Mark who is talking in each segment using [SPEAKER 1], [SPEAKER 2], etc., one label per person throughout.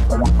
[SPEAKER 1] Thank you.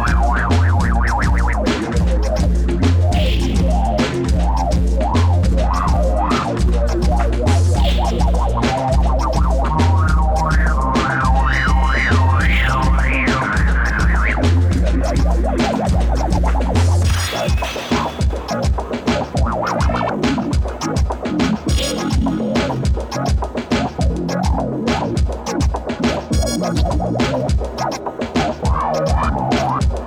[SPEAKER 2] Wow.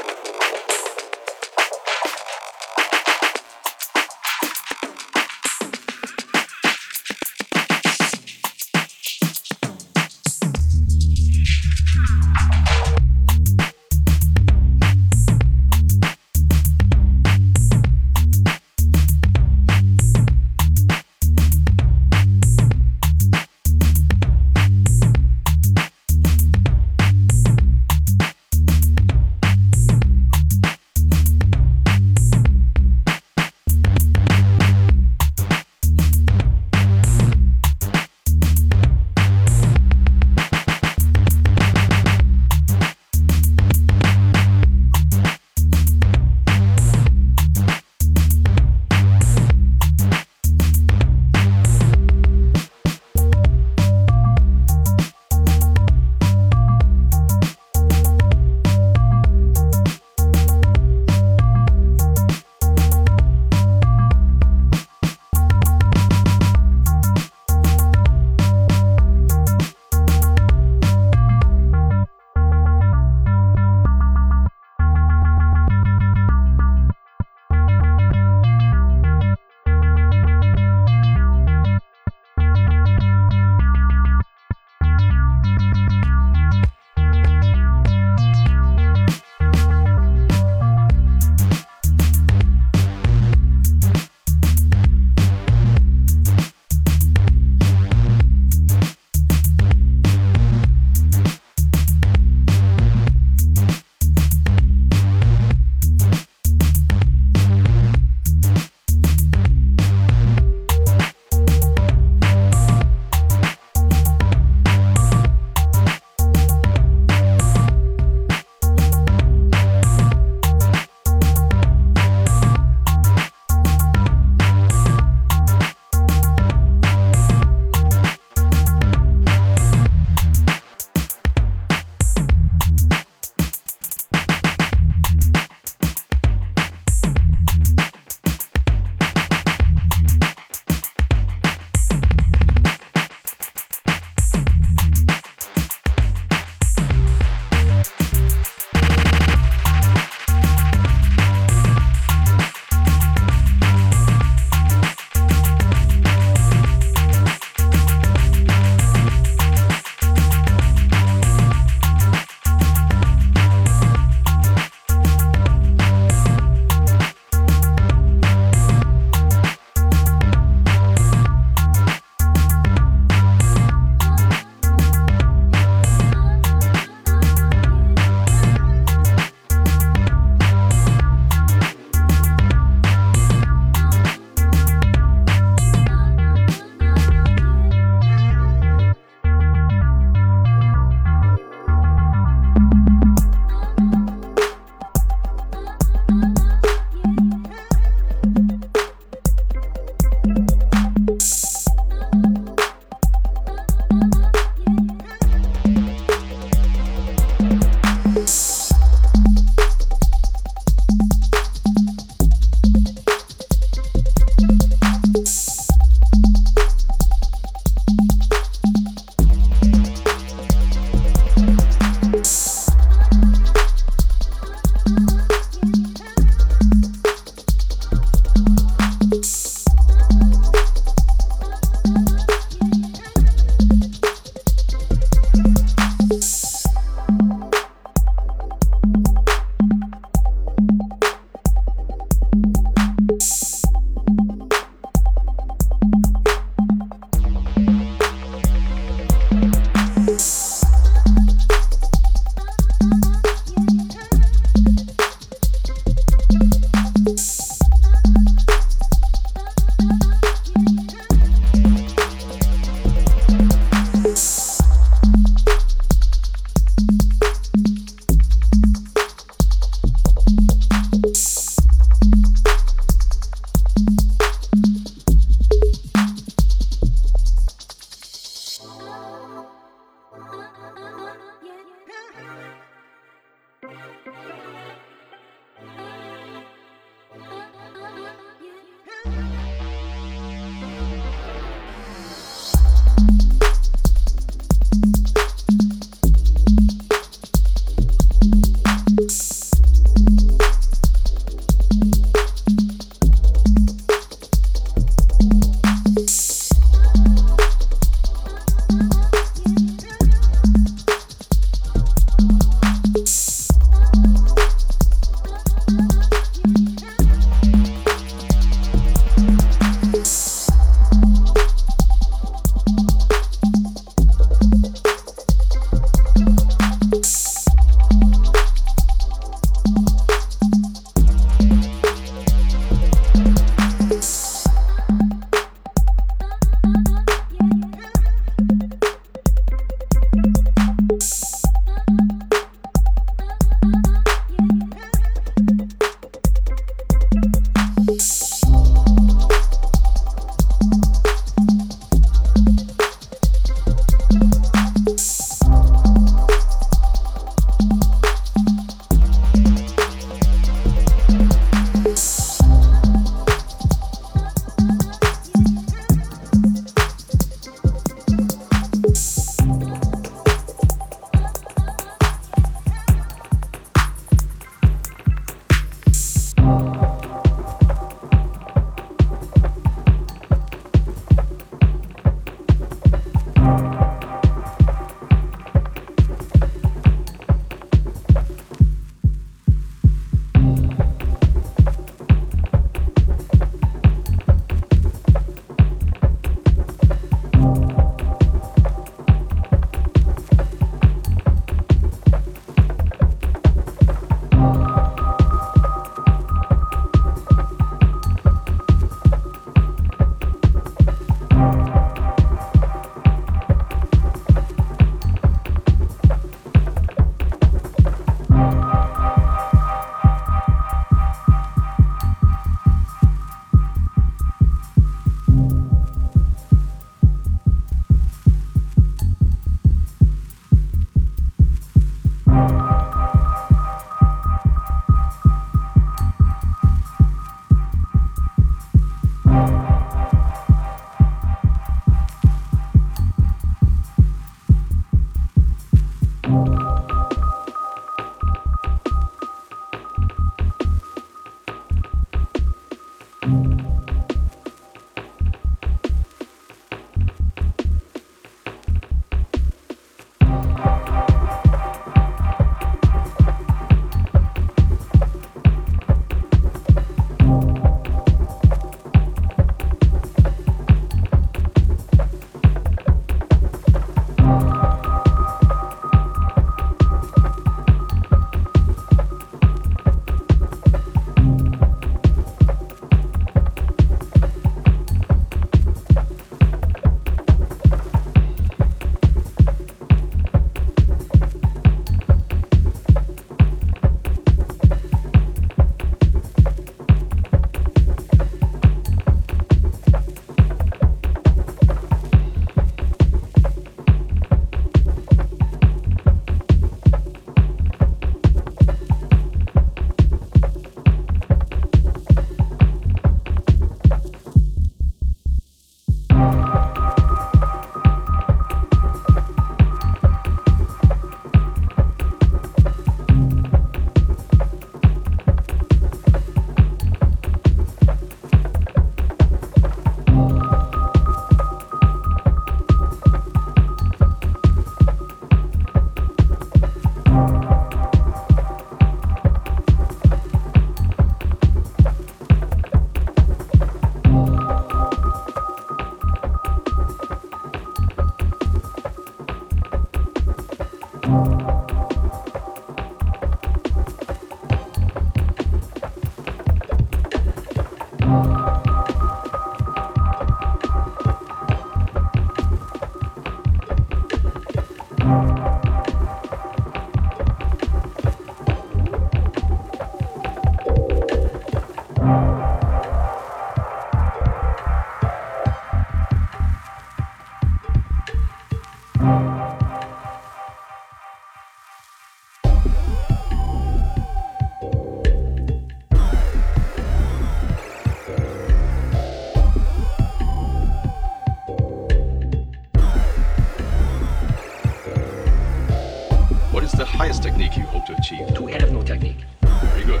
[SPEAKER 3] What is the highest technique you hope to achieve?
[SPEAKER 4] To have no technique.
[SPEAKER 3] Very good.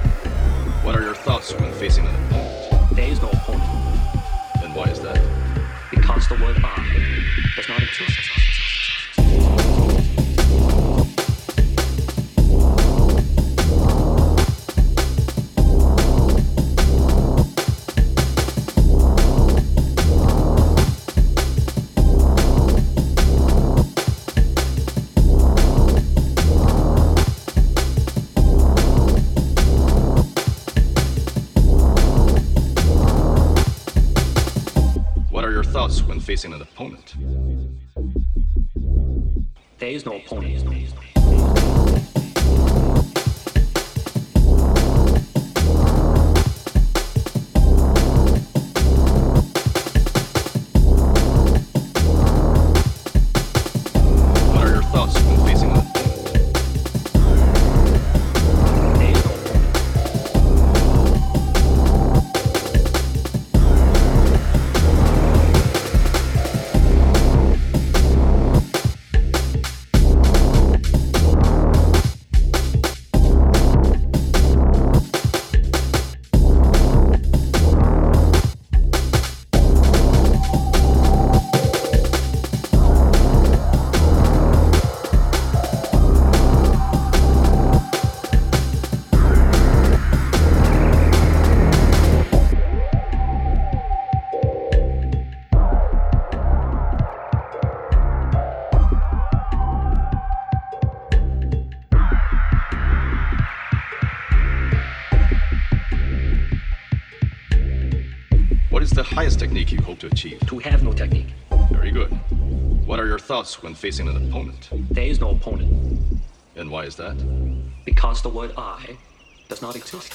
[SPEAKER 3] What are your thoughts when facing an opponent?
[SPEAKER 4] There is no opponent
[SPEAKER 3] And why is that?
[SPEAKER 4] because the word are does not exist.
[SPEAKER 3] What are your thoughts when facing an opponent?
[SPEAKER 4] There is no opponent.
[SPEAKER 3] What are your thoughts when facing an opponent?
[SPEAKER 4] There is no opponent.
[SPEAKER 3] What is the highest technique you hope to achieve?
[SPEAKER 4] To have no technique.
[SPEAKER 3] Very good. What are your thoughts when facing an opponent?
[SPEAKER 4] There is no opponent
[SPEAKER 3] And why is that?
[SPEAKER 4] because the word I does not exist.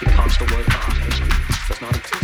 [SPEAKER 4] The word I does not exist.